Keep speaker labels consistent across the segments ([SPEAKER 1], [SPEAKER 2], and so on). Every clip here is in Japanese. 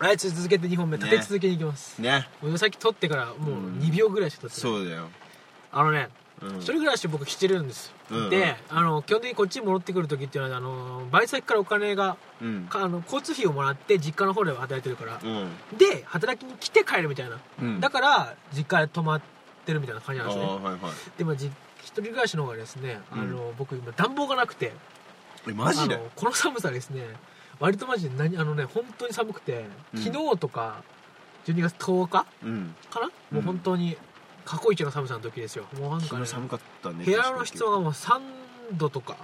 [SPEAKER 1] あいつ続けて2本目立て続けにいきます、
[SPEAKER 2] ね
[SPEAKER 1] もうさっき撮ってからもう
[SPEAKER 2] うん
[SPEAKER 1] 2秒ぐらいしか撮ってない、
[SPEAKER 2] そうだよ、
[SPEAKER 1] あのね
[SPEAKER 2] うん
[SPEAKER 1] 一人暮らしを僕してるんですよ、
[SPEAKER 2] うんうん
[SPEAKER 1] であの基本的にこっちに戻ってくる時っていうのはあのバイト先からお金が
[SPEAKER 2] うん
[SPEAKER 1] かあの交通費をもらって実家の方で働いてるから
[SPEAKER 2] う、ん
[SPEAKER 1] で働きに来て帰るみたいな、
[SPEAKER 2] うん
[SPEAKER 1] だから実家で泊まってるみたいな感じ
[SPEAKER 2] あ
[SPEAKER 1] なん
[SPEAKER 2] あ
[SPEAKER 1] ですね
[SPEAKER 2] はいはい
[SPEAKER 1] でもじ一人暮らしの方がですねあの、僕今暖房がなくて
[SPEAKER 2] えマジ
[SPEAKER 1] あ
[SPEAKER 2] で
[SPEAKER 1] のこの寒さですね割とマジで何あのね本当に寒くて
[SPEAKER 2] うん
[SPEAKER 1] 昨日とか12月10日
[SPEAKER 2] うん
[SPEAKER 1] かな、
[SPEAKER 2] うん
[SPEAKER 1] もう本当に過去一の寒さの時ですよもうなんか、
[SPEAKER 2] 昨
[SPEAKER 1] ね
[SPEAKER 2] 日、寒かったね
[SPEAKER 1] 部屋の室温がもう3度とか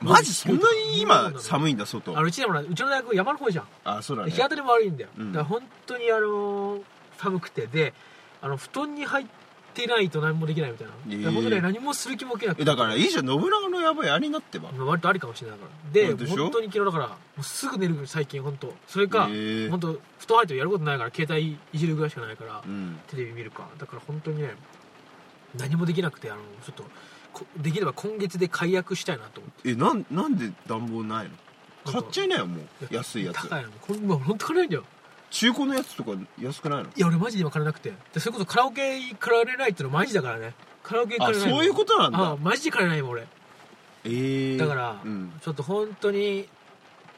[SPEAKER 2] マジそんなに
[SPEAKER 1] そうな
[SPEAKER 2] 今
[SPEAKER 1] の
[SPEAKER 2] 寒いんだ外
[SPEAKER 1] あのうちでもなうちの大学山の方じゃん、
[SPEAKER 2] あそうだ
[SPEAKER 1] で
[SPEAKER 2] ね
[SPEAKER 1] 日当たりも悪いんだよ、
[SPEAKER 2] うん
[SPEAKER 1] だから本当にあのー寒くてであの布団に入ってないと何もできないみたいな、
[SPEAKER 2] えー
[SPEAKER 1] だから本当ね何もする気も起きなく
[SPEAKER 2] え
[SPEAKER 1] て
[SPEAKER 2] だからいいじゃん信長の野望やりになってば
[SPEAKER 1] まあ割とありかもしれないからで
[SPEAKER 2] でしょ
[SPEAKER 1] 本当に昨日だからもうすぐ寝る最近本当それか、
[SPEAKER 2] えー
[SPEAKER 1] 本当布団入ってやることないから携帯いじるぐらいしかないから、
[SPEAKER 2] うん
[SPEAKER 1] テレビ見るかだから本当にね何もできなくてあのちょっとこできれば今月で解約したいなと思って
[SPEAKER 2] えなんなんで暖房ないの買っちゃいなよも
[SPEAKER 1] いうや
[SPEAKER 2] 安いやつ
[SPEAKER 1] 高いのこれもう本当金ないんだよ
[SPEAKER 2] 中古のやつとか安くないの
[SPEAKER 1] いや俺マジで今金なくてでそれこそカラオケ行かれないってのマジだからねカラオケ行か
[SPEAKER 2] あ
[SPEAKER 1] れないの
[SPEAKER 2] そういうことなん
[SPEAKER 1] あ
[SPEAKER 2] だ
[SPEAKER 1] マジで金ないもん俺
[SPEAKER 2] ええ
[SPEAKER 1] だから、
[SPEAKER 2] うん
[SPEAKER 1] ちょっと本当に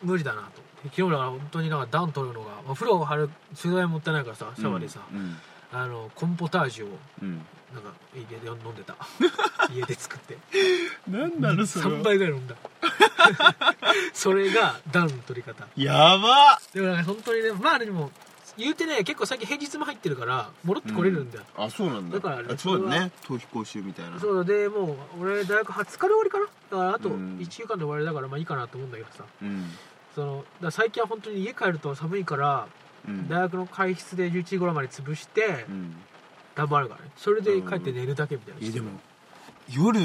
[SPEAKER 1] 無理だなと昨日だから本当になんか暖取るのが、まあ、風呂を張る取材もったいないからさシャワーでさ、
[SPEAKER 2] うん
[SPEAKER 1] あのコーンポタージュを
[SPEAKER 2] うん
[SPEAKER 1] なんか家で飲んで た家で作って
[SPEAKER 2] なんだろうそれ
[SPEAKER 1] 3
[SPEAKER 2] は
[SPEAKER 1] 杯ぐらい飲んだ それが暖の取り方
[SPEAKER 2] やば
[SPEAKER 1] でもなんか本当にねまあでも言うてね結構最近平日も入ってるから戻ってこれるんだよ、
[SPEAKER 2] あそうなんだ
[SPEAKER 1] だからね
[SPEAKER 2] あそう
[SPEAKER 1] そ
[SPEAKER 2] だ
[SPEAKER 1] れ
[SPEAKER 2] ね逃避講習みたいな
[SPEAKER 1] そうだでもう俺大学20日で終わりかなだからあと
[SPEAKER 2] うん
[SPEAKER 1] 1週間で終わりだからまあいいかなと思うんだけどさ
[SPEAKER 2] うん
[SPEAKER 1] そのだから最近は本当に家帰ると寒いから
[SPEAKER 2] うん
[SPEAKER 1] 大学の会室で11時頃まで潰して
[SPEAKER 2] うん
[SPEAKER 1] 暖房あるからねそれで帰って寝るだけみたいな、
[SPEAKER 2] えでも夜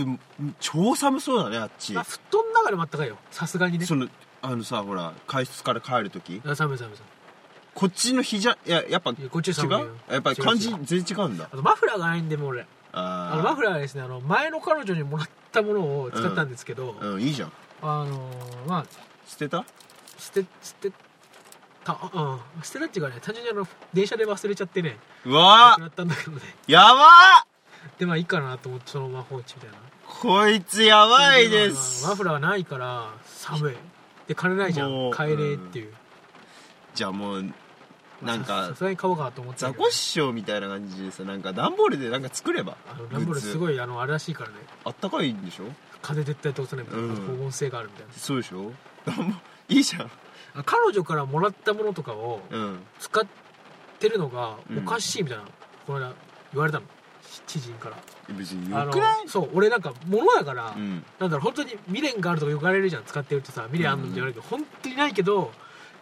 [SPEAKER 2] 超寒そうだねあっち
[SPEAKER 1] まあ布団の中でもあったかいよさすがにね
[SPEAKER 2] そのあのさほら会室から帰る時
[SPEAKER 1] あ寒い寒い寒い
[SPEAKER 2] こっちの日じゃいややっぱ
[SPEAKER 1] い
[SPEAKER 2] 違
[SPEAKER 1] や
[SPEAKER 2] う
[SPEAKER 1] こっち寒いよ
[SPEAKER 2] やっぱり感じ
[SPEAKER 1] 違う違う
[SPEAKER 2] 全然違うんだ
[SPEAKER 1] あとマフラーがないんでもう俺あ
[SPEAKER 2] あ
[SPEAKER 1] の
[SPEAKER 2] ー
[SPEAKER 1] マフラーはですねあの前の彼女にもらったものを使ったんですけど、
[SPEAKER 2] うんいいじゃん
[SPEAKER 1] あのーまあ
[SPEAKER 2] 捨てた
[SPEAKER 1] 捨て捨てたあうん捨てたっていうかね単純にあの電車で忘れちゃってね
[SPEAKER 2] う
[SPEAKER 1] な
[SPEAKER 2] わ
[SPEAKER 1] く
[SPEAKER 2] ー
[SPEAKER 1] なったんだけどね
[SPEAKER 2] やばー
[SPEAKER 1] でまあいいかなと思ってそのまま放置みたいな
[SPEAKER 2] こいつやばいで
[SPEAKER 1] まあマ
[SPEAKER 2] す
[SPEAKER 1] フラーないから寒いで金ないじゃ
[SPEAKER 2] も
[SPEAKER 1] ん
[SPEAKER 2] う
[SPEAKER 1] 帰れっていう、
[SPEAKER 2] じゃあもう
[SPEAKER 1] まあ
[SPEAKER 2] なん
[SPEAKER 1] さ
[SPEAKER 2] か
[SPEAKER 1] すがに買おうかなと思ってた
[SPEAKER 2] ザ
[SPEAKER 1] けど
[SPEAKER 2] コシショウみたいな感じでさなんか段ボールでなんか作れば
[SPEAKER 1] あの
[SPEAKER 2] グ
[SPEAKER 1] ランボー
[SPEAKER 2] ッ
[SPEAKER 1] ル
[SPEAKER 2] ズ
[SPEAKER 1] すごいあのあれらしいからね
[SPEAKER 2] あったかいんでしょ
[SPEAKER 1] 風絶対通さないみたいな、
[SPEAKER 2] うん
[SPEAKER 1] 保温性があるみたいな
[SPEAKER 2] そうで しょ段ボールいいじゃん
[SPEAKER 1] あ彼女からもらったものとかを
[SPEAKER 2] うん
[SPEAKER 1] 使ってるのが
[SPEAKER 2] うん
[SPEAKER 1] おかしいみたいな、この間言われたのし知人から
[SPEAKER 2] 別に
[SPEAKER 1] あ
[SPEAKER 2] よ
[SPEAKER 1] の
[SPEAKER 2] くない
[SPEAKER 1] そう俺なんか物だから、
[SPEAKER 2] うん
[SPEAKER 1] なんだろう本当に未練があるとかよく言われるじゃん使ってるとさ未練あんのって言われるけど、本当にないけど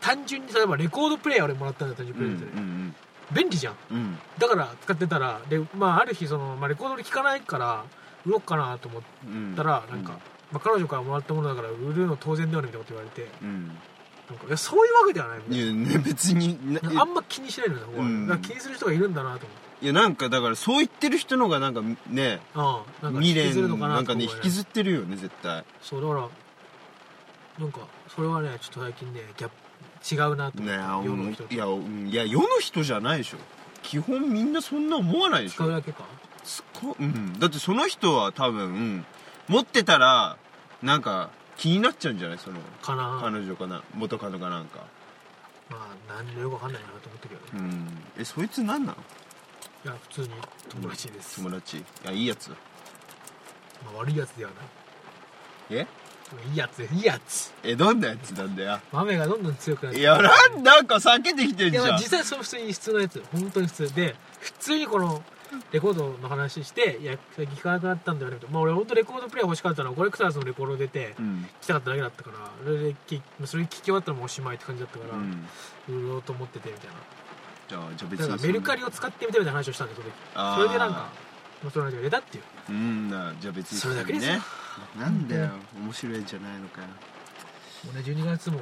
[SPEAKER 1] 単純に例えばレコードプレイヤー俺もらったんだよ単純
[SPEAKER 2] うんう
[SPEAKER 1] プレイヤーで、
[SPEAKER 2] ん
[SPEAKER 1] 便利じゃん
[SPEAKER 2] うんうん
[SPEAKER 1] だから使ってたらで、まあ、ある日その、まあ、レコードで聴かないから売ろうかなと思っ
[SPEAKER 2] うん
[SPEAKER 1] たら、なんか、まあ、彼女からもらったものだから売るの当然だよねみたいなこと言われて
[SPEAKER 2] うん
[SPEAKER 1] なんかいやそういうわけではないみ
[SPEAKER 2] い
[SPEAKER 1] たい
[SPEAKER 2] やね別にな
[SPEAKER 1] なあんま気にしないのよそこは、
[SPEAKER 2] うん
[SPEAKER 1] だから気にする人がいるんだなと
[SPEAKER 2] いやなんかだからそう言ってる人のがなんかね
[SPEAKER 1] 思って、うん、なんか
[SPEAKER 2] 未
[SPEAKER 1] 引きずるの
[SPEAKER 2] 練
[SPEAKER 1] か
[SPEAKER 2] な
[SPEAKER 1] なんと
[SPEAKER 2] か
[SPEAKER 1] 思
[SPEAKER 2] ね
[SPEAKER 1] い
[SPEAKER 2] 引
[SPEAKER 1] ながら
[SPEAKER 2] きずってるよね絶対
[SPEAKER 1] そうだからなんかそれはねちょっと最近ねギャップ違うなと思
[SPEAKER 2] ね
[SPEAKER 1] って、世の人
[SPEAKER 2] えあいやうんいや世の人じゃないでしょ基本みんなそんな思わないでし
[SPEAKER 1] 使う
[SPEAKER 2] ょ
[SPEAKER 1] だけか
[SPEAKER 2] すごうん、だってその人は多分、うん持ってたらなんか気になっちゃうんじゃないその
[SPEAKER 1] かな
[SPEAKER 2] 彼女かな元カノかなんか
[SPEAKER 1] まあ何でよくわかんないなと思ったけどね
[SPEAKER 2] うんえそいつ何なの
[SPEAKER 1] いや普通に友達です、
[SPEAKER 2] 友達いやいいやつ
[SPEAKER 1] まあ、悪いやつではない
[SPEAKER 2] え
[SPEAKER 1] いいやついいやつ
[SPEAKER 2] えどんなやつなんだよ
[SPEAKER 1] 豆がどんどん強くなって
[SPEAKER 2] いやなんなんか避けてきてん
[SPEAKER 1] い
[SPEAKER 2] じ
[SPEAKER 1] やまあ
[SPEAKER 2] ゃん
[SPEAKER 1] 実際その普通に普通のやつ本当に普通で普通にこのレコードの話していや最近聞かなくなったんだよねとまあ俺本当レコードプレイヤー欲しかったのはコレクターズのレコード出て
[SPEAKER 2] うん
[SPEAKER 1] 来たかっただけだったからそれで聞きそれ聞き終わったらもうおしまいって感じだったか
[SPEAKER 2] う
[SPEAKER 1] ら、
[SPEAKER 2] ん
[SPEAKER 1] 売ろうと思っててみたいな
[SPEAKER 2] じゃあじゃあ別
[SPEAKER 1] だ
[SPEAKER 2] に
[SPEAKER 1] からメルカリを
[SPEAKER 2] っ
[SPEAKER 1] 使ってみたみたいな話をしたんでその時
[SPEAKER 2] あー
[SPEAKER 1] それでなんかまあその話が出たっていう
[SPEAKER 2] うんなじゃあ別に
[SPEAKER 1] それだけですよ
[SPEAKER 2] ねなんだよ面白いんじゃないのかよ、
[SPEAKER 1] もうね12月も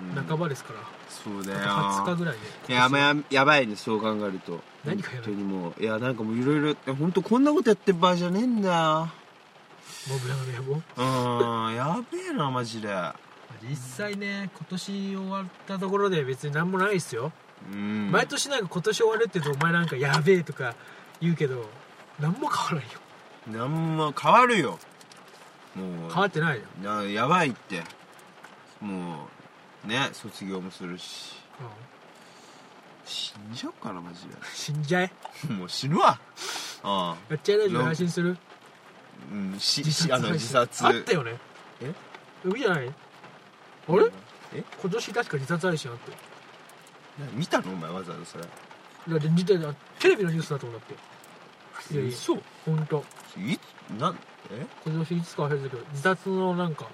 [SPEAKER 2] うん
[SPEAKER 1] 半ばですから、
[SPEAKER 2] そうだよ
[SPEAKER 1] あと20日ぐらい
[SPEAKER 2] い
[SPEAKER 1] で
[SPEAKER 2] やまあややばいねそう考えると
[SPEAKER 1] 何がやばい
[SPEAKER 2] 本当にもういやなんかもういろいろいや本当こんなことやってる場合じゃねえんだよ
[SPEAKER 1] モブラの野望
[SPEAKER 2] うーんやべえなマジで
[SPEAKER 1] まあ実際ね今年終わったところで別に何もないですよ、
[SPEAKER 2] うん
[SPEAKER 1] 毎年なんか今年終わるって言うとお前なんかやべえとか言うけど何も変わらないよ
[SPEAKER 2] なんも変わるよもう
[SPEAKER 1] 変わってないよ、
[SPEAKER 2] なやばいってもうね卒業もするし
[SPEAKER 1] うん
[SPEAKER 2] 死んじゃおうかなマジ
[SPEAKER 1] 死んじゃえ
[SPEAKER 2] で もう死ぬわああ
[SPEAKER 1] やっちゃいラジオ
[SPEAKER 2] なん
[SPEAKER 1] 配信する
[SPEAKER 2] うんし
[SPEAKER 1] 自殺
[SPEAKER 2] あの自殺
[SPEAKER 1] あったよね
[SPEAKER 2] え
[SPEAKER 1] 見てないあれ
[SPEAKER 2] え
[SPEAKER 1] 今年確か自殺配信あったよ
[SPEAKER 2] な見たのお前わざわざそれ
[SPEAKER 1] だって自体テレビのニュースだと思うんだっていやいや
[SPEAKER 2] そう
[SPEAKER 1] 本当
[SPEAKER 2] いつなんえ
[SPEAKER 1] 今年いつか忘れたけど自殺のなんか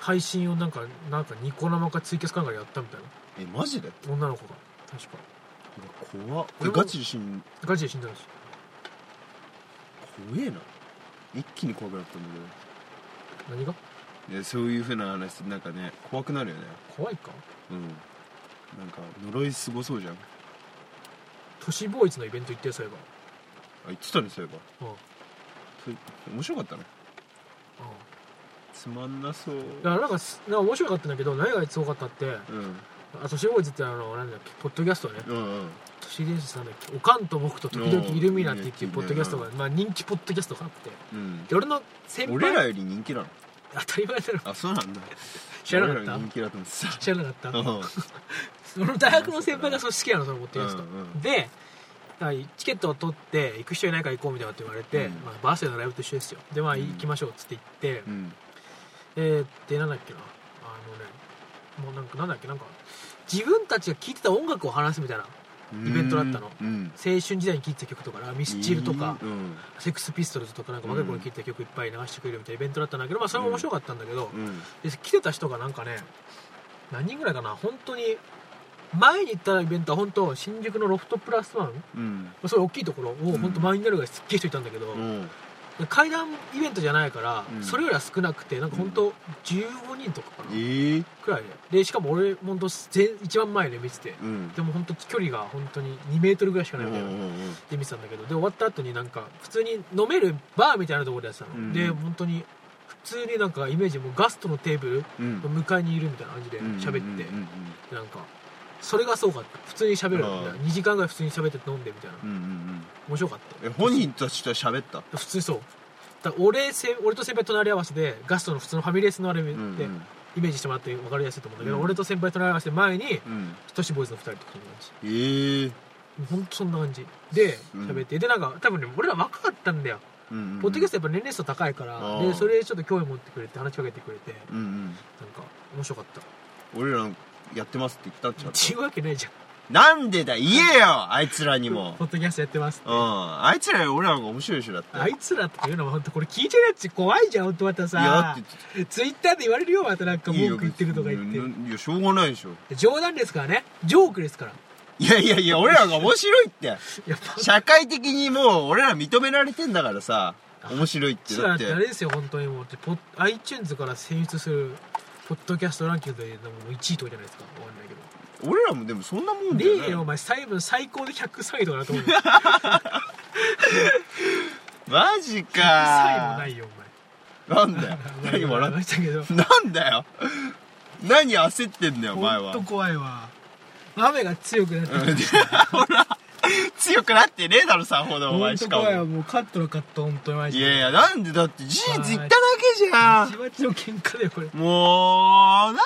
[SPEAKER 1] 配信をなんかなんかニコ生かツイキャスかなんかでやったみたい
[SPEAKER 2] えマジで
[SPEAKER 1] な女の子が確か
[SPEAKER 2] うわ怖っ
[SPEAKER 1] 俺も
[SPEAKER 2] えガチで死ん
[SPEAKER 1] ガチで死んだんですよ
[SPEAKER 2] 怖えな一気に怖くなったんだ
[SPEAKER 1] 何が
[SPEAKER 2] けどいやそういうふうな話なんかね怖くなるよね
[SPEAKER 1] 怖いか
[SPEAKER 2] うんなんか呪いすごそうじゃんあ
[SPEAKER 1] 都市ボーイズのイベント行ってそういえ
[SPEAKER 2] 言ってたねそういえば
[SPEAKER 1] ばうん
[SPEAKER 2] そう面白かったね
[SPEAKER 1] う
[SPEAKER 2] つまんなそうん
[SPEAKER 1] だからなんかすなんか面白かったんだけど何がすごかったって
[SPEAKER 2] うん
[SPEAKER 1] あ都市ボーイズってあのなんだっけポッドキャストね
[SPEAKER 2] うんうん
[SPEAKER 1] 都市伝説なんだっけ「おかんと僕と時々イルミナティ」っていうポッドキャストが、まあ、人気ポッドキャストがあって
[SPEAKER 2] うん
[SPEAKER 1] で俺の先輩
[SPEAKER 2] 俺らより人気なの
[SPEAKER 1] 当たり前だろ
[SPEAKER 2] あそうなんだ
[SPEAKER 1] 知らなか
[SPEAKER 2] 俺
[SPEAKER 1] っ
[SPEAKER 2] らよ
[SPEAKER 1] た
[SPEAKER 2] り人気だと思ってさ
[SPEAKER 1] 知らなか
[SPEAKER 2] う
[SPEAKER 1] っ
[SPEAKER 2] ん
[SPEAKER 1] た俺の大学の先輩がそれ好きなのそのポッドキャスト、
[SPEAKER 2] うんうん
[SPEAKER 1] ではいチケットを取って行く人いないから行こうみたいなこと言われて、
[SPEAKER 2] うん
[SPEAKER 1] まあ、バースデーのライブと一緒ですよでまあ
[SPEAKER 2] うん
[SPEAKER 1] 行きましょうっつって行って、
[SPEAKER 2] うん
[SPEAKER 1] えー、でなんだっけなあのねもうなんかなんだっけなんか自分たちが聴いてた音楽を話すみたいなイベントだったの
[SPEAKER 2] うん
[SPEAKER 1] 青春時代に聴いてた曲とかミスチルとか、
[SPEAKER 2] うん
[SPEAKER 1] セックスピストルズとかなんか若い頃聴いてた曲いっぱい流してくれるみたいなイベントだったんだけど、まあ、それも面白かったんだけど、
[SPEAKER 2] うん
[SPEAKER 1] で来てた人がなんかね何人ぐらいかな本当に前に行ったイベントは本当新宿のロフトプラスワンま
[SPEAKER 2] うん
[SPEAKER 1] あそれ大きいところを
[SPEAKER 2] ん
[SPEAKER 1] 本当満員になるぐらいすっげえ人いたんだけど、
[SPEAKER 2] うん
[SPEAKER 1] 階段イベントじゃないから、
[SPEAKER 2] うん
[SPEAKER 1] それよりは少なくてなんか本当15人とかか
[SPEAKER 2] え
[SPEAKER 1] な、
[SPEAKER 2] ー
[SPEAKER 1] くらいででしかも俺本当全一番前で見てて
[SPEAKER 2] うん
[SPEAKER 1] でも本当距離が本当に2メートルぐらいしか
[SPEAKER 2] う
[SPEAKER 1] ない
[SPEAKER 2] ん
[SPEAKER 1] み
[SPEAKER 2] う
[SPEAKER 1] たい
[SPEAKER 2] ん
[SPEAKER 1] な、
[SPEAKER 2] うん
[SPEAKER 1] で見てたんだけどで終わった後になんか普通に飲めるバーみたいなところでやってたの、
[SPEAKER 2] うん
[SPEAKER 1] で本当に普通になんかイメージもうガストのテーブル
[SPEAKER 2] うん
[SPEAKER 1] の向かいにいるみたいな感じで喋って、
[SPEAKER 2] うん
[SPEAKER 1] なんかそれがすごかった普通に喋るみたいな
[SPEAKER 2] あー
[SPEAKER 1] 2時間ぐらい普通に喋って飲んでみたいな
[SPEAKER 2] うんうんうん
[SPEAKER 1] 面白かっ
[SPEAKER 2] え
[SPEAKER 1] た
[SPEAKER 2] 本人たちと喋った
[SPEAKER 1] 普通にそうだから俺せ俺と先輩隣り合わせでガストの普通のファミレスのあれで、
[SPEAKER 2] うんうん
[SPEAKER 1] イメージしてもらって分かりやすいと思うんだけど、
[SPEAKER 2] うん
[SPEAKER 1] 俺と先輩隣り合わせで前に
[SPEAKER 2] うん
[SPEAKER 1] トシボーイズの2人とかそんな感じ
[SPEAKER 2] えー
[SPEAKER 1] ほんとそんな感じで
[SPEAKER 2] うん
[SPEAKER 1] 喋って、でなんか多分ね俺ら若かったんだよ
[SPEAKER 2] うんうん
[SPEAKER 1] ポッドキャストやっぱ年齢層高いから、
[SPEAKER 2] あー
[SPEAKER 1] でそれちょっと興味持ってくれて話しかけてくれてなん
[SPEAKER 2] うんうん
[SPEAKER 1] か面白かった
[SPEAKER 2] 俺らやってますって言ったんち
[SPEAKER 1] 違
[SPEAKER 2] ゃ
[SPEAKER 1] うわけないじゃん
[SPEAKER 2] うなんでだ言えよあいつらにも
[SPEAKER 1] ポッドキャストやってます
[SPEAKER 2] うんあいつらより俺らの方が面白いでしょだって
[SPEAKER 1] あいつらっていうのは本当これ聞いてるやつ怖いじゃん本当また
[SPEAKER 2] いや
[SPEAKER 1] さ
[SPEAKER 2] って
[SPEAKER 1] ツイッターで言われるよまたなんか
[SPEAKER 2] いい
[SPEAKER 1] 文
[SPEAKER 2] よ
[SPEAKER 1] 句言ってるとか言っ
[SPEAKER 2] 別に
[SPEAKER 1] て
[SPEAKER 2] うんいやしょうがないでしょ
[SPEAKER 1] 冗談ですからねジョークですから
[SPEAKER 2] いやいやいや俺らが面白いって
[SPEAKER 1] やっぱ
[SPEAKER 2] 社会的にもう俺ら認められてんだからさ面白いって
[SPEAKER 1] つ
[SPEAKER 2] だ
[SPEAKER 1] ら
[SPEAKER 2] っ
[SPEAKER 1] って
[SPEAKER 2] て
[SPEAKER 1] あれですよ本当にもうポッ iTunes から選出するポッドキャストランキングでもう1位とかじゃないですかわかんないけど
[SPEAKER 2] 俺らもでもそんなもんだよ
[SPEAKER 1] ねえよお
[SPEAKER 2] ね
[SPEAKER 1] 前最分最高で103位とかだと思 うよ
[SPEAKER 2] マジ
[SPEAKER 1] 103位も
[SPEAKER 2] か
[SPEAKER 1] ないよ
[SPEAKER 2] なん だよ
[SPEAKER 1] お前
[SPEAKER 2] 何笑っ
[SPEAKER 1] ましたけど
[SPEAKER 2] てなんだよ何焦ってんだよお前
[SPEAKER 1] 本当
[SPEAKER 2] は
[SPEAKER 1] 怖いわ雨が強くなってきた
[SPEAKER 2] 強くなってねえだろさほどお
[SPEAKER 1] 本
[SPEAKER 2] 前し
[SPEAKER 1] 当
[SPEAKER 2] か
[SPEAKER 1] 怖いわ
[SPEAKER 2] も
[SPEAKER 1] もうカットのカット本当にマジ
[SPEAKER 2] い
[SPEAKER 1] で
[SPEAKER 2] やいやなんでだって事実言っただけじゃ
[SPEAKER 1] バチ
[SPEAKER 2] ん
[SPEAKER 1] バチの喧嘩だよこれ
[SPEAKER 2] もうなんで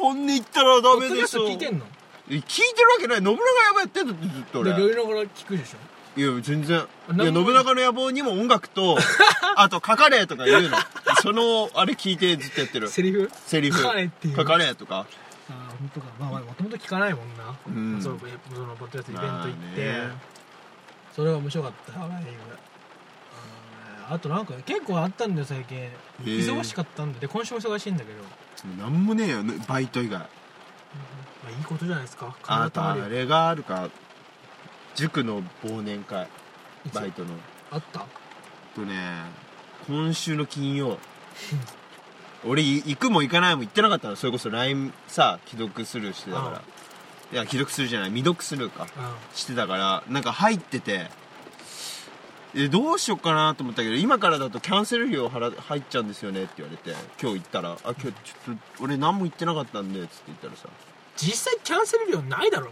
[SPEAKER 2] 本音言ったら
[SPEAKER 1] ポ
[SPEAKER 2] ダ
[SPEAKER 1] ッ
[SPEAKER 2] メ
[SPEAKER 1] ドキ
[SPEAKER 2] で
[SPEAKER 1] ャ
[SPEAKER 2] し
[SPEAKER 1] ス
[SPEAKER 2] ょ
[SPEAKER 1] ト聞いてんの
[SPEAKER 2] え聞いてるわけない信長野望やってんだってずっと
[SPEAKER 1] で
[SPEAKER 2] 俺
[SPEAKER 1] ロイロから聞くでしょ
[SPEAKER 2] いや全然いや
[SPEAKER 1] なんも
[SPEAKER 2] 信長の野望にも音楽 とあと書かれとか言うのそのあれ聞いてずっとやってる
[SPEAKER 1] セリフ
[SPEAKER 2] セリフ
[SPEAKER 1] 書かれっていう
[SPEAKER 2] 書かれとか
[SPEAKER 1] ああ本当かまあまあもともと聞かないもんな、
[SPEAKER 2] うん
[SPEAKER 1] そうえそのポッドキャストイベント行って、
[SPEAKER 2] まあね
[SPEAKER 1] それは面白かったああとなんか結構あったんだよ最近忙しかったんだで今週も忙しいんだけど、
[SPEAKER 2] なんもねえよねバイト以外
[SPEAKER 1] まあ、いいことじゃないですか体
[SPEAKER 2] あと
[SPEAKER 1] たま
[SPEAKER 2] あ
[SPEAKER 1] るよ
[SPEAKER 2] れがあるか塾の忘年会
[SPEAKER 1] いつ
[SPEAKER 2] バイトの
[SPEAKER 1] あった
[SPEAKER 2] とね今週の金曜俺い行くも行かないも行ってなかったのそれこそ LINE さ既読スルーしてたから
[SPEAKER 1] あ
[SPEAKER 2] いや既読スルーじゃない未読スルーか
[SPEAKER 1] あ
[SPEAKER 2] してたからなんか入っててえどうしよっかなと思ったけど今からだとキャンセル料払入っちゃうんですよねって言われて今日行ったら「あ今日ちょっと俺何も言ってなかったんで」つって言ったらさ
[SPEAKER 1] 実際キャンセル料ないだろ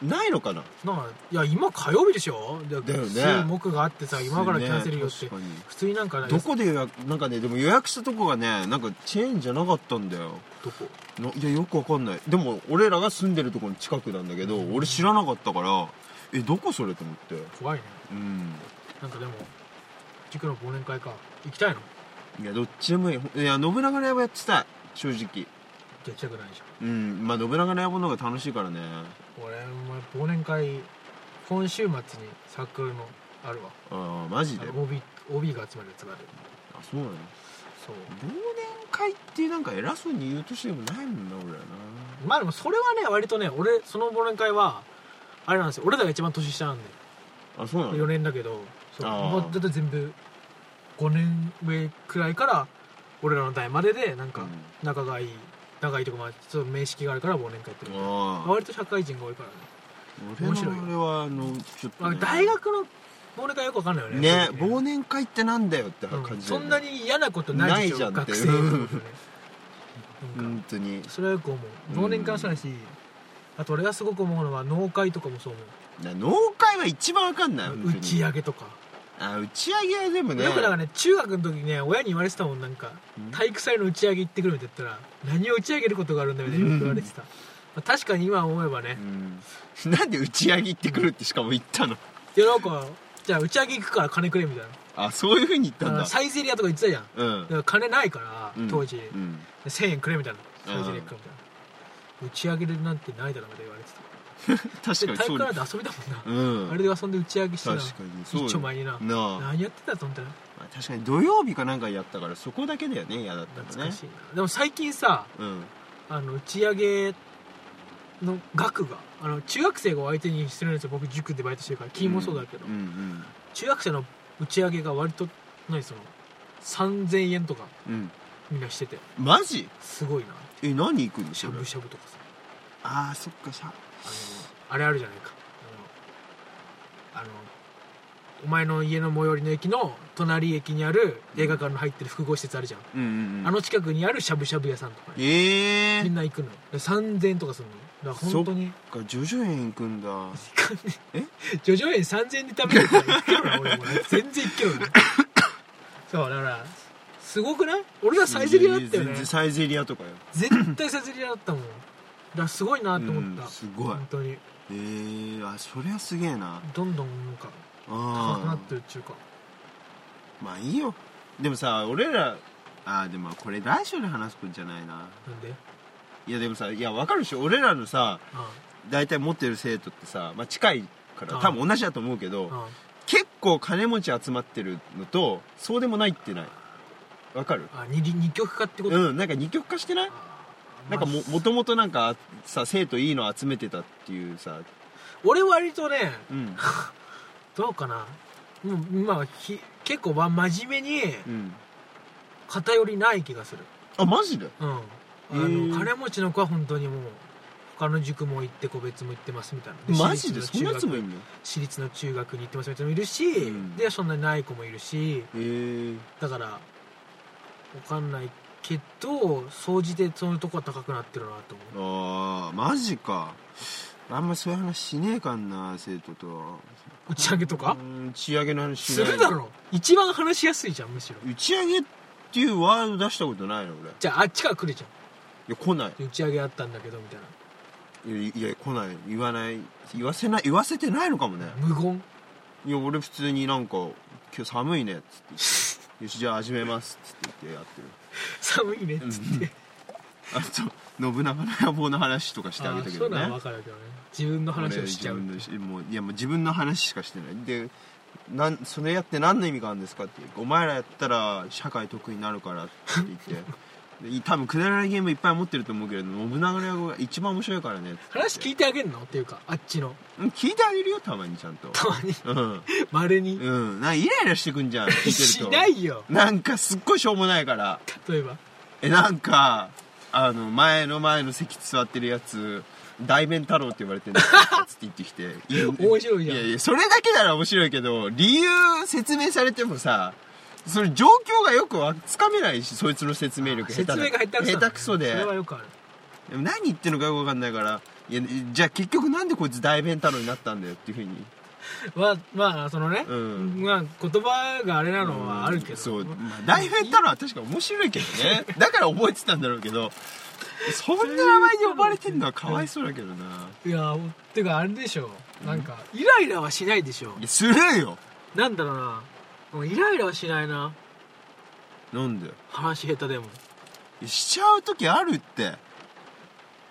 [SPEAKER 2] ないのかな
[SPEAKER 1] なあいや今火曜日でしょだ
[SPEAKER 2] だよね
[SPEAKER 1] 水木があってさ今からキャンセル料って
[SPEAKER 2] ね確かに
[SPEAKER 1] 普通になんかない
[SPEAKER 2] どこで予約なんかねでも予約したとこがねなんかチェーンじゃなかったんだよ
[SPEAKER 1] どこ
[SPEAKER 2] ないやよくわかんないでも俺らが住んでるところの近くなんだけど、俺知らなかったからえどこそれと思って
[SPEAKER 1] 怖いね
[SPEAKER 2] うん
[SPEAKER 1] なんかでも塾の忘年会か行きたいの
[SPEAKER 2] いやどっちでもいいほんいや信長の野望やってたい正直
[SPEAKER 1] じゃあ行きたくないじゃん
[SPEAKER 2] うんまあ信長の野望の方が楽しいからね
[SPEAKER 1] 俺お前忘年会今週末にサークルのあるわ
[SPEAKER 2] ああマジで
[SPEAKER 1] あ
[SPEAKER 2] あ
[SPEAKER 1] の OB, OB が集まるやつがある
[SPEAKER 2] そうなの忘
[SPEAKER 1] そう
[SPEAKER 2] 年会ってなんか偉そうに言うとしてでもないもんな俺らな
[SPEAKER 1] まあでもそれはね割とね俺その忘年会はあれなんですよ俺らが一番年下なんで
[SPEAKER 2] あそうな
[SPEAKER 1] 4
[SPEAKER 2] の
[SPEAKER 1] 年だけどそう
[SPEAKER 2] あー
[SPEAKER 1] もうだって全部5年上くらいから俺らの代まででなん
[SPEAKER 2] う
[SPEAKER 1] か
[SPEAKER 2] ん
[SPEAKER 1] 仲がいい仲いいとかまあちょっと面識があるから忘年会やってる
[SPEAKER 2] ああ
[SPEAKER 1] 割と社会人が多いからね面
[SPEAKER 2] 俺
[SPEAKER 1] 白いよ
[SPEAKER 2] の俺はあのちょっ
[SPEAKER 1] ま
[SPEAKER 2] と、
[SPEAKER 1] あ
[SPEAKER 2] ね、
[SPEAKER 1] 大学の忘年会よくわかんないよね
[SPEAKER 2] ね
[SPEAKER 1] 正直
[SPEAKER 2] 忘年会ってなんだよって感
[SPEAKER 1] うん
[SPEAKER 2] じだ
[SPEAKER 1] そ
[SPEAKER 2] よね
[SPEAKER 1] んなに嫌なことないでしょ
[SPEAKER 2] ない
[SPEAKER 1] 学
[SPEAKER 2] じゃんって
[SPEAKER 1] 生の頃 とねなんか
[SPEAKER 2] 本当に
[SPEAKER 1] それはよく思う
[SPEAKER 2] うん
[SPEAKER 1] 忘年会もそうだしあと俺がすごく思うのは農会とかもそう思う
[SPEAKER 2] な農会は一番わかんない本当
[SPEAKER 1] 打
[SPEAKER 2] に
[SPEAKER 1] ち上げとか、
[SPEAKER 2] あ打ち上げはでもね
[SPEAKER 1] よくだからね中学の時にね親に言われてたもんなんか
[SPEAKER 2] うん
[SPEAKER 1] 体育祭の打ち上げ行ってくるって言ったら何を打ち上げることがあるんだみたいなよく言われてた、まあ確かに今思えばね
[SPEAKER 2] うん なんで打ち上げ行ってくるってしかも言ったの
[SPEAKER 1] いやなんかじゃあ打ち上げ行くから金くれみたいな
[SPEAKER 2] あそういうふうに言ったん
[SPEAKER 1] あの
[SPEAKER 2] だ
[SPEAKER 1] サイゼリアとか言ってたじゃんだ
[SPEAKER 2] うん
[SPEAKER 1] から金ないから当時、
[SPEAKER 2] うん
[SPEAKER 1] 1000円くれみたいなサイゼリア行くからみたいな打ち上げるなんてないだろみたいな言われてた
[SPEAKER 2] 確か
[SPEAKER 1] で
[SPEAKER 2] に
[SPEAKER 1] 体
[SPEAKER 2] そ
[SPEAKER 1] 育
[SPEAKER 2] う
[SPEAKER 1] 館
[SPEAKER 2] だ
[SPEAKER 1] で遊びだもんな、
[SPEAKER 2] うん
[SPEAKER 1] あれで遊んで打ち上げしてた
[SPEAKER 2] 確かにそう
[SPEAKER 1] 一丁前にな
[SPEAKER 2] なあ
[SPEAKER 1] 何やってたと思ったら
[SPEAKER 2] まあ確かに土曜日かなんかやったからそこだけだよね嫌だったの
[SPEAKER 1] 懐
[SPEAKER 2] ね
[SPEAKER 1] かしいな、でも最近さ
[SPEAKER 2] うん
[SPEAKER 1] あの打ち上げの額があの中学生が相手にしてるんですよ僕塾でバイトしてるから金もそうだけど、
[SPEAKER 2] うんうん
[SPEAKER 1] 中学生の打ち上げが割と何その3000円とか
[SPEAKER 2] うん
[SPEAKER 1] みんなしてて
[SPEAKER 2] マジ
[SPEAKER 1] すごいな
[SPEAKER 2] え何行くんで
[SPEAKER 1] し
[SPEAKER 2] し
[SPEAKER 1] ゃ
[SPEAKER 2] ょ
[SPEAKER 1] ぶしゃぶとかさ
[SPEAKER 2] ああそっかしゃ
[SPEAKER 1] あのあれあるじゃないかあのあのお前の家の最寄りの駅の隣駅にある映画館の入ってる複合施設あるじゃん、
[SPEAKER 2] うんうんうん
[SPEAKER 1] あの近くにあるしゃぶしゃぶ屋さんとかね、
[SPEAKER 2] ええ
[SPEAKER 1] みんな行くのよで3000円とかするのよだから本当に
[SPEAKER 2] そっか叙々苑行くんだえ
[SPEAKER 1] 叙々苑3000円で食べるから行けるな俺もね全然行けるなそうだからすごくない俺らサイゼリアだったよ
[SPEAKER 2] 全
[SPEAKER 1] ね
[SPEAKER 2] 然サイゼリアとかよ
[SPEAKER 1] 絶対サイゼリアだったもんだからすごいなと思った、
[SPEAKER 2] うんすごい
[SPEAKER 1] 本当に
[SPEAKER 2] えー、あそりゃすげえな
[SPEAKER 1] どんどんなんか
[SPEAKER 2] あ
[SPEAKER 1] 高くなってるっていうか
[SPEAKER 2] まあいいよでもさ俺らあーでもこれ来週で話すことじゃないな
[SPEAKER 1] なんで
[SPEAKER 2] いやでもさいやわかるでしょ俺らのさ
[SPEAKER 1] あ
[SPEAKER 2] 大体持ってる生徒ってさ、まあ、近いから
[SPEAKER 1] うん
[SPEAKER 2] 多分同じだと思うけど、
[SPEAKER 1] ああ
[SPEAKER 2] 結構金持ち集まってるのとそうでもないってないわかる
[SPEAKER 1] ああ二輪二極化ってこと、
[SPEAKER 2] うんなんか二極化してないなんかも
[SPEAKER 1] まあ
[SPEAKER 2] もともとなんかさ生徒いいの集めてたっていうさ
[SPEAKER 1] 俺割とね
[SPEAKER 2] うん
[SPEAKER 1] どうかなもう今ひ結構ま真面目に
[SPEAKER 2] うん
[SPEAKER 1] 偏りない気がする
[SPEAKER 2] あマジで
[SPEAKER 1] うんあ
[SPEAKER 2] ー
[SPEAKER 1] の金持ちの子は本当にもう他の塾も行って個別も行ってますみたいな
[SPEAKER 2] マジでそんなやつもい
[SPEAKER 1] る
[SPEAKER 2] んの
[SPEAKER 1] 私立の中学に行ってますみたいなのもいるし、
[SPEAKER 2] うん
[SPEAKER 1] でそんなにない子もいるし
[SPEAKER 2] えー、
[SPEAKER 1] だからわかんないけど総じてそのとこは高くなってるなと思う
[SPEAKER 2] ああマジかあんまそういう話しねえかんな生徒と
[SPEAKER 1] 打ち上げとか
[SPEAKER 2] うん打ち上げの話し
[SPEAKER 1] す
[SPEAKER 2] ない
[SPEAKER 1] るだろ一番話しやすいじゃんむしろ
[SPEAKER 2] 打ち上げっていうワード出したことないの俺い
[SPEAKER 1] じゃああっちから来るじゃ
[SPEAKER 2] や来ない
[SPEAKER 1] ん打ち上げあったんだけどみたいない
[SPEAKER 2] やいや来ない言わない言わせない言わせてないのかもね
[SPEAKER 1] 無言
[SPEAKER 2] いや俺普通になんか「今日寒いね」っつって言って「よしじゃあ始めます」っつって言ってやってる
[SPEAKER 1] 寒いねっつって
[SPEAKER 2] あと信長の野望の話とかしてあげたけ
[SPEAKER 1] そ
[SPEAKER 2] ど
[SPEAKER 1] うなの
[SPEAKER 2] ね
[SPEAKER 1] 分かるけどね自分の話をしちゃう
[SPEAKER 2] 俺自分のもういやもう自分の話しかしてないでなんそれやって何の意味があるんですかってお前らやったら社会得意になるからって言 ってで多分くだらないゲームいっぱい持ってると思うけれど信長の野望が一番面白いからねって
[SPEAKER 1] 話聞いてあげんのっていうかあっちの
[SPEAKER 2] うん聞いてあげるよたまにちゃんと
[SPEAKER 1] たまに
[SPEAKER 2] うん
[SPEAKER 1] まれに
[SPEAKER 2] うんなんかイライラしてくんじゃん聞いてる
[SPEAKER 1] し
[SPEAKER 2] と
[SPEAKER 1] ないよ
[SPEAKER 2] なんかすっごいしょうもないから
[SPEAKER 1] 例えば
[SPEAKER 2] えなんかあの前の前の席座ってるやつ大弁太郎って言わ れてるんですよつって言ってきていや
[SPEAKER 1] 面白いじゃん
[SPEAKER 2] いやいやそれだけなら面白いけど理由説明されてもさそれ状況がよくわつかめないしそいつの説明力下
[SPEAKER 1] 説
[SPEAKER 2] 手だ
[SPEAKER 1] 明が下手くそなんだ
[SPEAKER 2] 下手くそで
[SPEAKER 1] それはよくある
[SPEAKER 2] でも何言ってるのかよくわかんないからいやじゃあ結局なんでこいつ大弁太郎になったんだよっていうふうに
[SPEAKER 1] まあまあそのね、
[SPEAKER 2] うん
[SPEAKER 1] まあ言葉があれなのはあるけど
[SPEAKER 2] そう、まあ、大フェンタロは確か面白いけど ねだから覚えてたんだろうけどそんな名前に呼ばれてんのはかわいそうだけどない
[SPEAKER 1] やてかあれでしょなんかイライラはしないでしょ
[SPEAKER 2] いやするよ
[SPEAKER 1] なんだろうなもうイライラはしないな
[SPEAKER 2] なんでい
[SPEAKER 1] 話下手でも
[SPEAKER 2] やしちゃう時あるって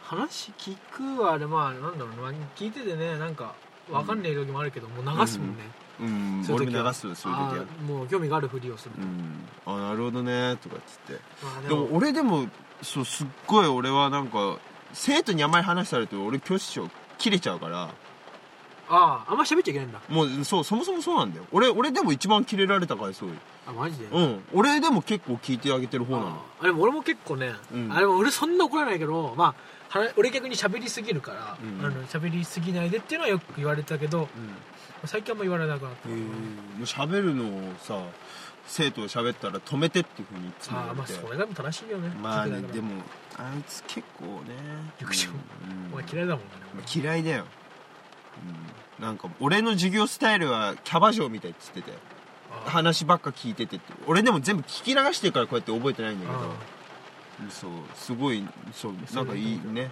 [SPEAKER 1] 話聞くはあれまあなんだろうな、まあ、聞いててねなんかわかんない時もあるけど、もう流すもんね、
[SPEAKER 2] うん
[SPEAKER 1] そうい
[SPEAKER 2] 俺
[SPEAKER 1] う
[SPEAKER 2] も
[SPEAKER 1] 時
[SPEAKER 2] 流
[SPEAKER 1] は
[SPEAKER 2] すそういう時は
[SPEAKER 1] あーもう興味があるふりをする、
[SPEAKER 2] うんあなるほどねとかっつって
[SPEAKER 1] まあで
[SPEAKER 2] で
[SPEAKER 1] も
[SPEAKER 2] も俺でもそうすっごい俺はなんか生徒にあんまり話されると俺拒否症切れちゃうから
[SPEAKER 1] あああんま喋っちゃいけないんだ
[SPEAKER 2] もうそうそもそもそうなんだよ俺俺でも一番キレられた回そうよ
[SPEAKER 1] あマジで、
[SPEAKER 2] う
[SPEAKER 1] あ
[SPEAKER 2] ん俺でも結構聞いてあげてる方なの
[SPEAKER 1] あでも俺も結構ね、
[SPEAKER 2] うん
[SPEAKER 1] あでも俺そんな怒らないけどまあはな俺逆に喋りすぎるから、
[SPEAKER 2] うん
[SPEAKER 1] あの喋りすぎないでっていうのはよく言われたけど
[SPEAKER 2] うん
[SPEAKER 1] 最近あんま言われなくなった、
[SPEAKER 2] へえもう喋るのをさ生徒が喋ったら止めてっていうふうにいつも
[SPEAKER 1] ああ
[SPEAKER 2] 言
[SPEAKER 1] ま
[SPEAKER 2] っ
[SPEAKER 1] あ
[SPEAKER 2] て
[SPEAKER 1] それが正しいよね
[SPEAKER 2] まあ
[SPEAKER 1] 塾
[SPEAKER 2] ね
[SPEAKER 1] だから
[SPEAKER 2] でもあいつ結構ね
[SPEAKER 1] 塾長
[SPEAKER 2] うんうん
[SPEAKER 1] お前嫌いだもん ね
[SPEAKER 2] まあ嫌いだよ、うん、なんか俺の授業スタイルはキャバ嬢みたいって言ってて
[SPEAKER 1] ああ
[SPEAKER 2] 話ばっか聞いててって俺でも全部聞き流してるからこうやって覚えてないんだけ
[SPEAKER 1] あ
[SPEAKER 2] どそうすごいそう
[SPEAKER 1] そ
[SPEAKER 2] な
[SPEAKER 1] うん
[SPEAKER 2] かいい
[SPEAKER 1] そういう
[SPEAKER 2] ね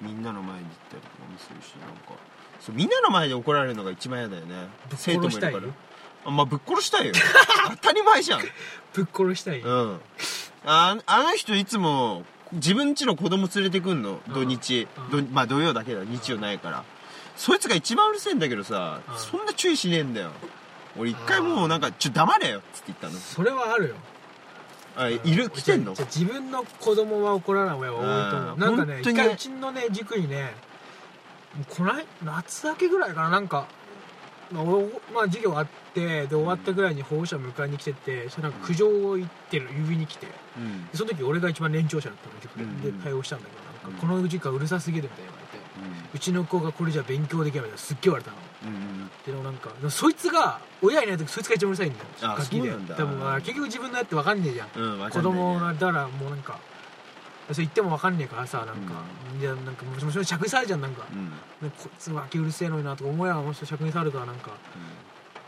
[SPEAKER 2] みんなの前に行ったりとかもするしなんかそうみんなの前で怒られるのが一番嫌だよね
[SPEAKER 1] ぶっ殺
[SPEAKER 2] 生徒もいるから
[SPEAKER 1] したい
[SPEAKER 2] あまあぶっ殺したいよ当たり前じゃん
[SPEAKER 1] ぶっ殺したい、
[SPEAKER 2] うんああの人いつも自分家の子供連れてくんの
[SPEAKER 1] うん
[SPEAKER 2] 土日
[SPEAKER 1] う
[SPEAKER 2] どまあ土曜だけだ日曜ないからそいつが一番うるせえんだけどさ
[SPEAKER 1] うん
[SPEAKER 2] そんな注意しねえんだよ俺一回
[SPEAKER 1] うん
[SPEAKER 2] もうなんか「ちょ黙れよ」っつって言ったの
[SPEAKER 1] それはあるよ
[SPEAKER 2] あいる来てんの
[SPEAKER 1] じゃあ自分の子供は怒らない親は多いと思
[SPEAKER 2] う
[SPEAKER 1] うんなんかね
[SPEAKER 2] 本
[SPEAKER 1] 一
[SPEAKER 2] 当にね
[SPEAKER 1] 回うちのね塾にねもうこない夏明けぐらいかななんか、まあ、おまあ授業あってで終わったぐらいに保護者迎えに来ててそしたらなんか苦情を言ってる指に来て
[SPEAKER 2] うん
[SPEAKER 1] その時俺が一番年長者だったの塾で,、
[SPEAKER 2] うん
[SPEAKER 1] で対応したんだけどなんか
[SPEAKER 2] う
[SPEAKER 1] この塾はうるさすぎるみたいな言われて
[SPEAKER 2] うん
[SPEAKER 1] うちの子がこれじゃ勉強できないみたいなすっげえ言われたの
[SPEAKER 2] うん
[SPEAKER 1] でもなんかでもそいつが親いない時そいつが一番うるさいんだよ
[SPEAKER 2] あ
[SPEAKER 1] ガキ
[SPEAKER 2] そう
[SPEAKER 1] で
[SPEAKER 2] なんだ
[SPEAKER 1] 多分あ結局自分のやって分かんねえじゃん
[SPEAKER 2] うんわか
[SPEAKER 1] 子
[SPEAKER 2] んな
[SPEAKER 1] 供
[SPEAKER 2] いね
[SPEAKER 1] だからもうなんかそれ言っても分かんねえからさなんか、いやなんかもしもし着衣されちゃうなんか、
[SPEAKER 2] うん
[SPEAKER 1] なんかこいつ脇うるせえのになとか思いながらもし着衣されるからなんか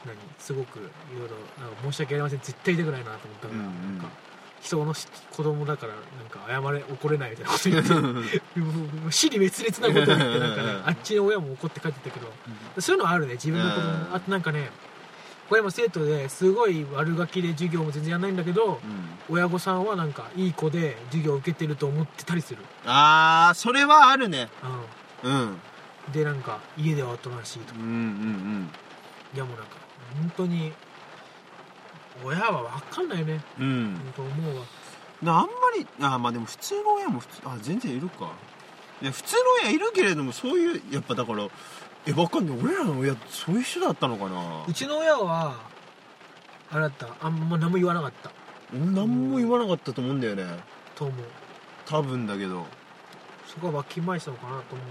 [SPEAKER 1] 何すごくいろいろなんか申し訳ありません絶対痛くないなと思ったから、
[SPEAKER 2] うんうん
[SPEAKER 1] なんか人のし子供だからなんか謝れ怒れないみたいなこと 言って
[SPEAKER 2] うん
[SPEAKER 1] 死に滅裂なことを言ってなんかね
[SPEAKER 2] うん
[SPEAKER 1] あっちの親も怒って帰ってたけどそういうのはあるね自分の子供、
[SPEAKER 2] うん
[SPEAKER 1] あとなんかね親も生徒ですごい悪ガキで授業も全然やんないんだけど、
[SPEAKER 2] うん
[SPEAKER 1] 親御さんはなんかいい子で授業を受けてると思ってたりする、
[SPEAKER 2] ああそれはあるね
[SPEAKER 1] う
[SPEAKER 2] うん
[SPEAKER 1] ん、でなんか家ではおとなしいと
[SPEAKER 2] う
[SPEAKER 1] か
[SPEAKER 2] んうん
[SPEAKER 1] いやもうなんか本当に親は分かんないね
[SPEAKER 2] うんうん
[SPEAKER 1] 本当思うわ
[SPEAKER 2] なあんまりあーまあでも普通の親も普通あ全然いるかいや普通の親いるけれどもそういうやっぱだからえわかんない俺らの親そういう人だったのかな
[SPEAKER 1] うちの親はあれだったあんま何も言わなかった
[SPEAKER 2] 俺何も言わなかったと思うんだよね
[SPEAKER 1] と思う
[SPEAKER 2] 多分だけど
[SPEAKER 1] そこはわきまえてたのかなと思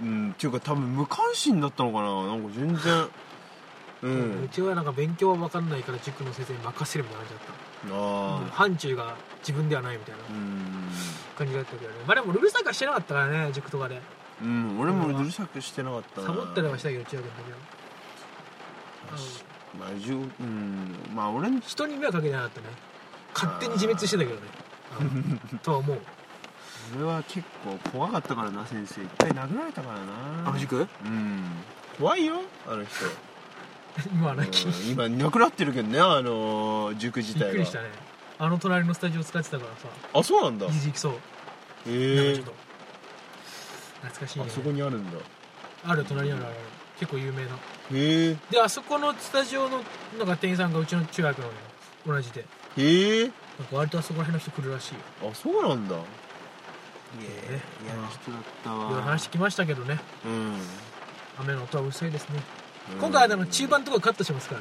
[SPEAKER 2] うんっていうか多分無関心だったのかななんか全然 う
[SPEAKER 1] う、うんちはなんか勉強は分かんないから塾の先生に任せるみたいな感じだっ
[SPEAKER 2] あ
[SPEAKER 1] た、うん
[SPEAKER 2] あ
[SPEAKER 1] 範疇が自分ではないみたいな
[SPEAKER 2] うん
[SPEAKER 1] 感じだったけどねまあでもルール参加してなかったからね塾とかで
[SPEAKER 2] うん俺もうるさくしてなかったな
[SPEAKER 1] サボったりはしたけど中学の時は
[SPEAKER 2] まあじゅううんまあ俺の
[SPEAKER 1] 人に迷惑かけてなかったね勝手に自滅してたけどねうんとは思う
[SPEAKER 2] 俺は結構怖かったからな先生一回殴られたからな
[SPEAKER 1] 塾
[SPEAKER 2] うん怖いよあの人
[SPEAKER 1] 今はなき
[SPEAKER 2] うん今いなくなってるけどねあのー塾 自
[SPEAKER 1] びっ
[SPEAKER 2] 体
[SPEAKER 1] く
[SPEAKER 2] が
[SPEAKER 1] りしたねあの隣のスタジオ使ってたからさ
[SPEAKER 2] あそうなんだへ
[SPEAKER 1] 一時期そうなんか
[SPEAKER 2] え
[SPEAKER 1] ちょっと懐かしい
[SPEAKER 2] あそこ
[SPEAKER 1] ね
[SPEAKER 2] にあるんだへ
[SPEAKER 1] あるよ隣にあるある結構有名な
[SPEAKER 2] え
[SPEAKER 1] であそこのスタジオのなんか店員さんがうちの中学のね同じで
[SPEAKER 2] へえ
[SPEAKER 1] なんか割とあそこら辺の人来るらしいよ
[SPEAKER 2] あそうなんだいや
[SPEAKER 1] ね
[SPEAKER 2] 嫌な人だった
[SPEAKER 1] い
[SPEAKER 2] わ
[SPEAKER 1] ろいろ話してきましたけどね
[SPEAKER 2] うん
[SPEAKER 1] 雨の音はうるさいですね今回はでも中盤のところカットしますから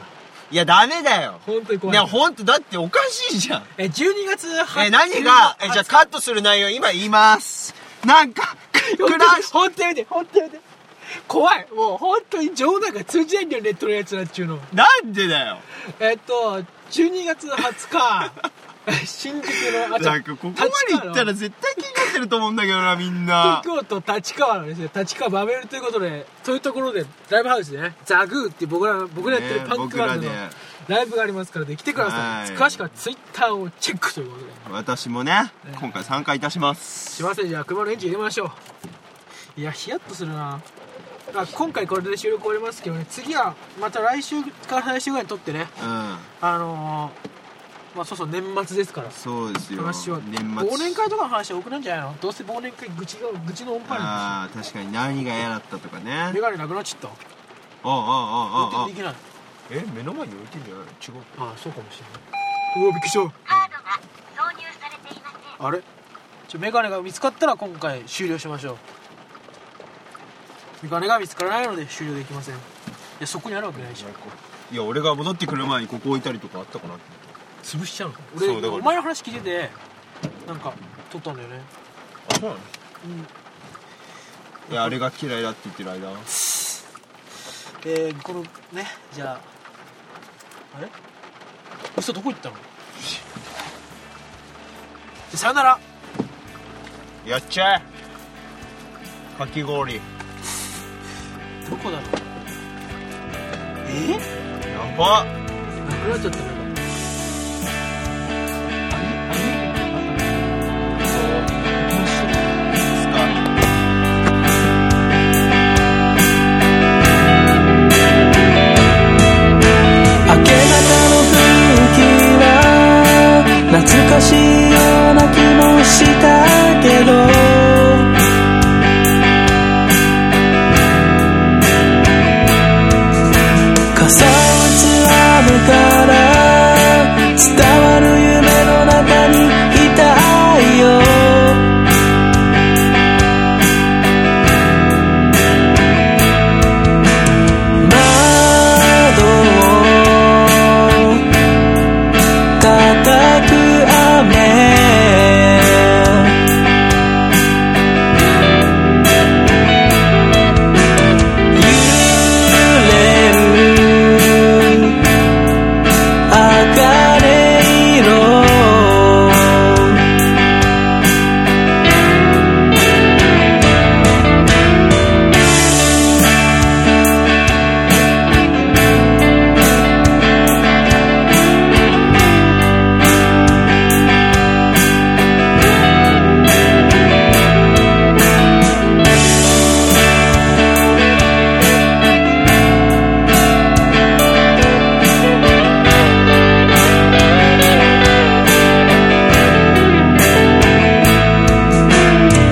[SPEAKER 2] いやダメだよ
[SPEAKER 1] 本当に怖い
[SPEAKER 2] いやほんとだっておかしいじゃん
[SPEAKER 1] え12月8
[SPEAKER 2] え何がえじゃあカットする内容今言いますなんか暮らし
[SPEAKER 1] ほんとやめてほんとやめて怖いもう本当に冗談が通じないんだよネットのやつらっちゅうの
[SPEAKER 2] なんでだよ
[SPEAKER 1] えっと12月20日 新宿のあちゃ
[SPEAKER 2] なんかここまで行ったら
[SPEAKER 1] 立
[SPEAKER 2] 絶対気になってると思うんだけどなみんな
[SPEAKER 1] 川の東京都立川のですね立川バベルということでそういうところでライブハウスでねザグーって僕ら僕らやってる
[SPEAKER 2] ね
[SPEAKER 1] パンクバンドの
[SPEAKER 2] 僕らで
[SPEAKER 1] ライブがありますからで来てくださ
[SPEAKER 2] はいい
[SPEAKER 1] 詳しくはツイッターをチェックということで
[SPEAKER 2] 私もね
[SPEAKER 1] ね
[SPEAKER 2] 今回参加いたします
[SPEAKER 1] すいませんじゃあ車のエンジン入れましょういやヒヤッとするなあ今回これで収録終わりますけどね次はまた来週から来週ぐらいに撮ってね
[SPEAKER 2] うん
[SPEAKER 1] あのー、まあそうそう年末ですから
[SPEAKER 2] そうですよ
[SPEAKER 1] 話は
[SPEAKER 2] 年末
[SPEAKER 1] 忘年会とかの話は多くなんじゃないのどうせ忘年会愚痴が愚痴のオンパレードだ
[SPEAKER 2] ああ確かに何が嫌だったとかね
[SPEAKER 1] しメガネなくなっちゃった
[SPEAKER 2] あああああ
[SPEAKER 1] 運
[SPEAKER 2] あ
[SPEAKER 1] 転できない
[SPEAKER 2] え目の前に置いてんじゃない違う
[SPEAKER 1] ああそうかもしれないうわびっくりした
[SPEAKER 3] カードが挿入されていません
[SPEAKER 1] あれちょメガネが見つかったら今回終了しましょうメガネが見つからないので終了できませんいやそこにあるわけないじゃん
[SPEAKER 2] いや俺が戻ってくる前にここ置いたりとかあったかなって
[SPEAKER 1] 潰しちゃうの
[SPEAKER 2] そう
[SPEAKER 1] 俺
[SPEAKER 2] だから
[SPEAKER 1] お前の話聞いててなんか撮ったんだよね
[SPEAKER 2] あそうなの
[SPEAKER 1] うん
[SPEAKER 2] いやあれが嫌いだって言ってる間
[SPEAKER 1] えー、このねじゃああれ嘘どこ行ったのじゃさよなら
[SPEAKER 2] やっちゃえかき氷
[SPEAKER 1] どこだろうえ
[SPEAKER 2] やば
[SPEAKER 1] ー、なくなっちゃったのよ
[SPEAKER 2] っすか
[SPEAKER 4] 明け方の雰囲気は懐かしいような気もしたけど傘をつまむから伝わる夢の中にいたいよ窓を叩く雨揺れる赤れ色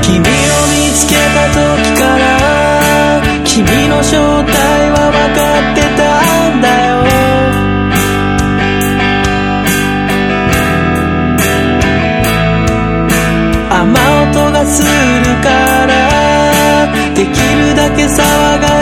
[SPEAKER 4] 君を見つけた時から君の正体は分かってたんだよ雨音がするからできるだけ騒が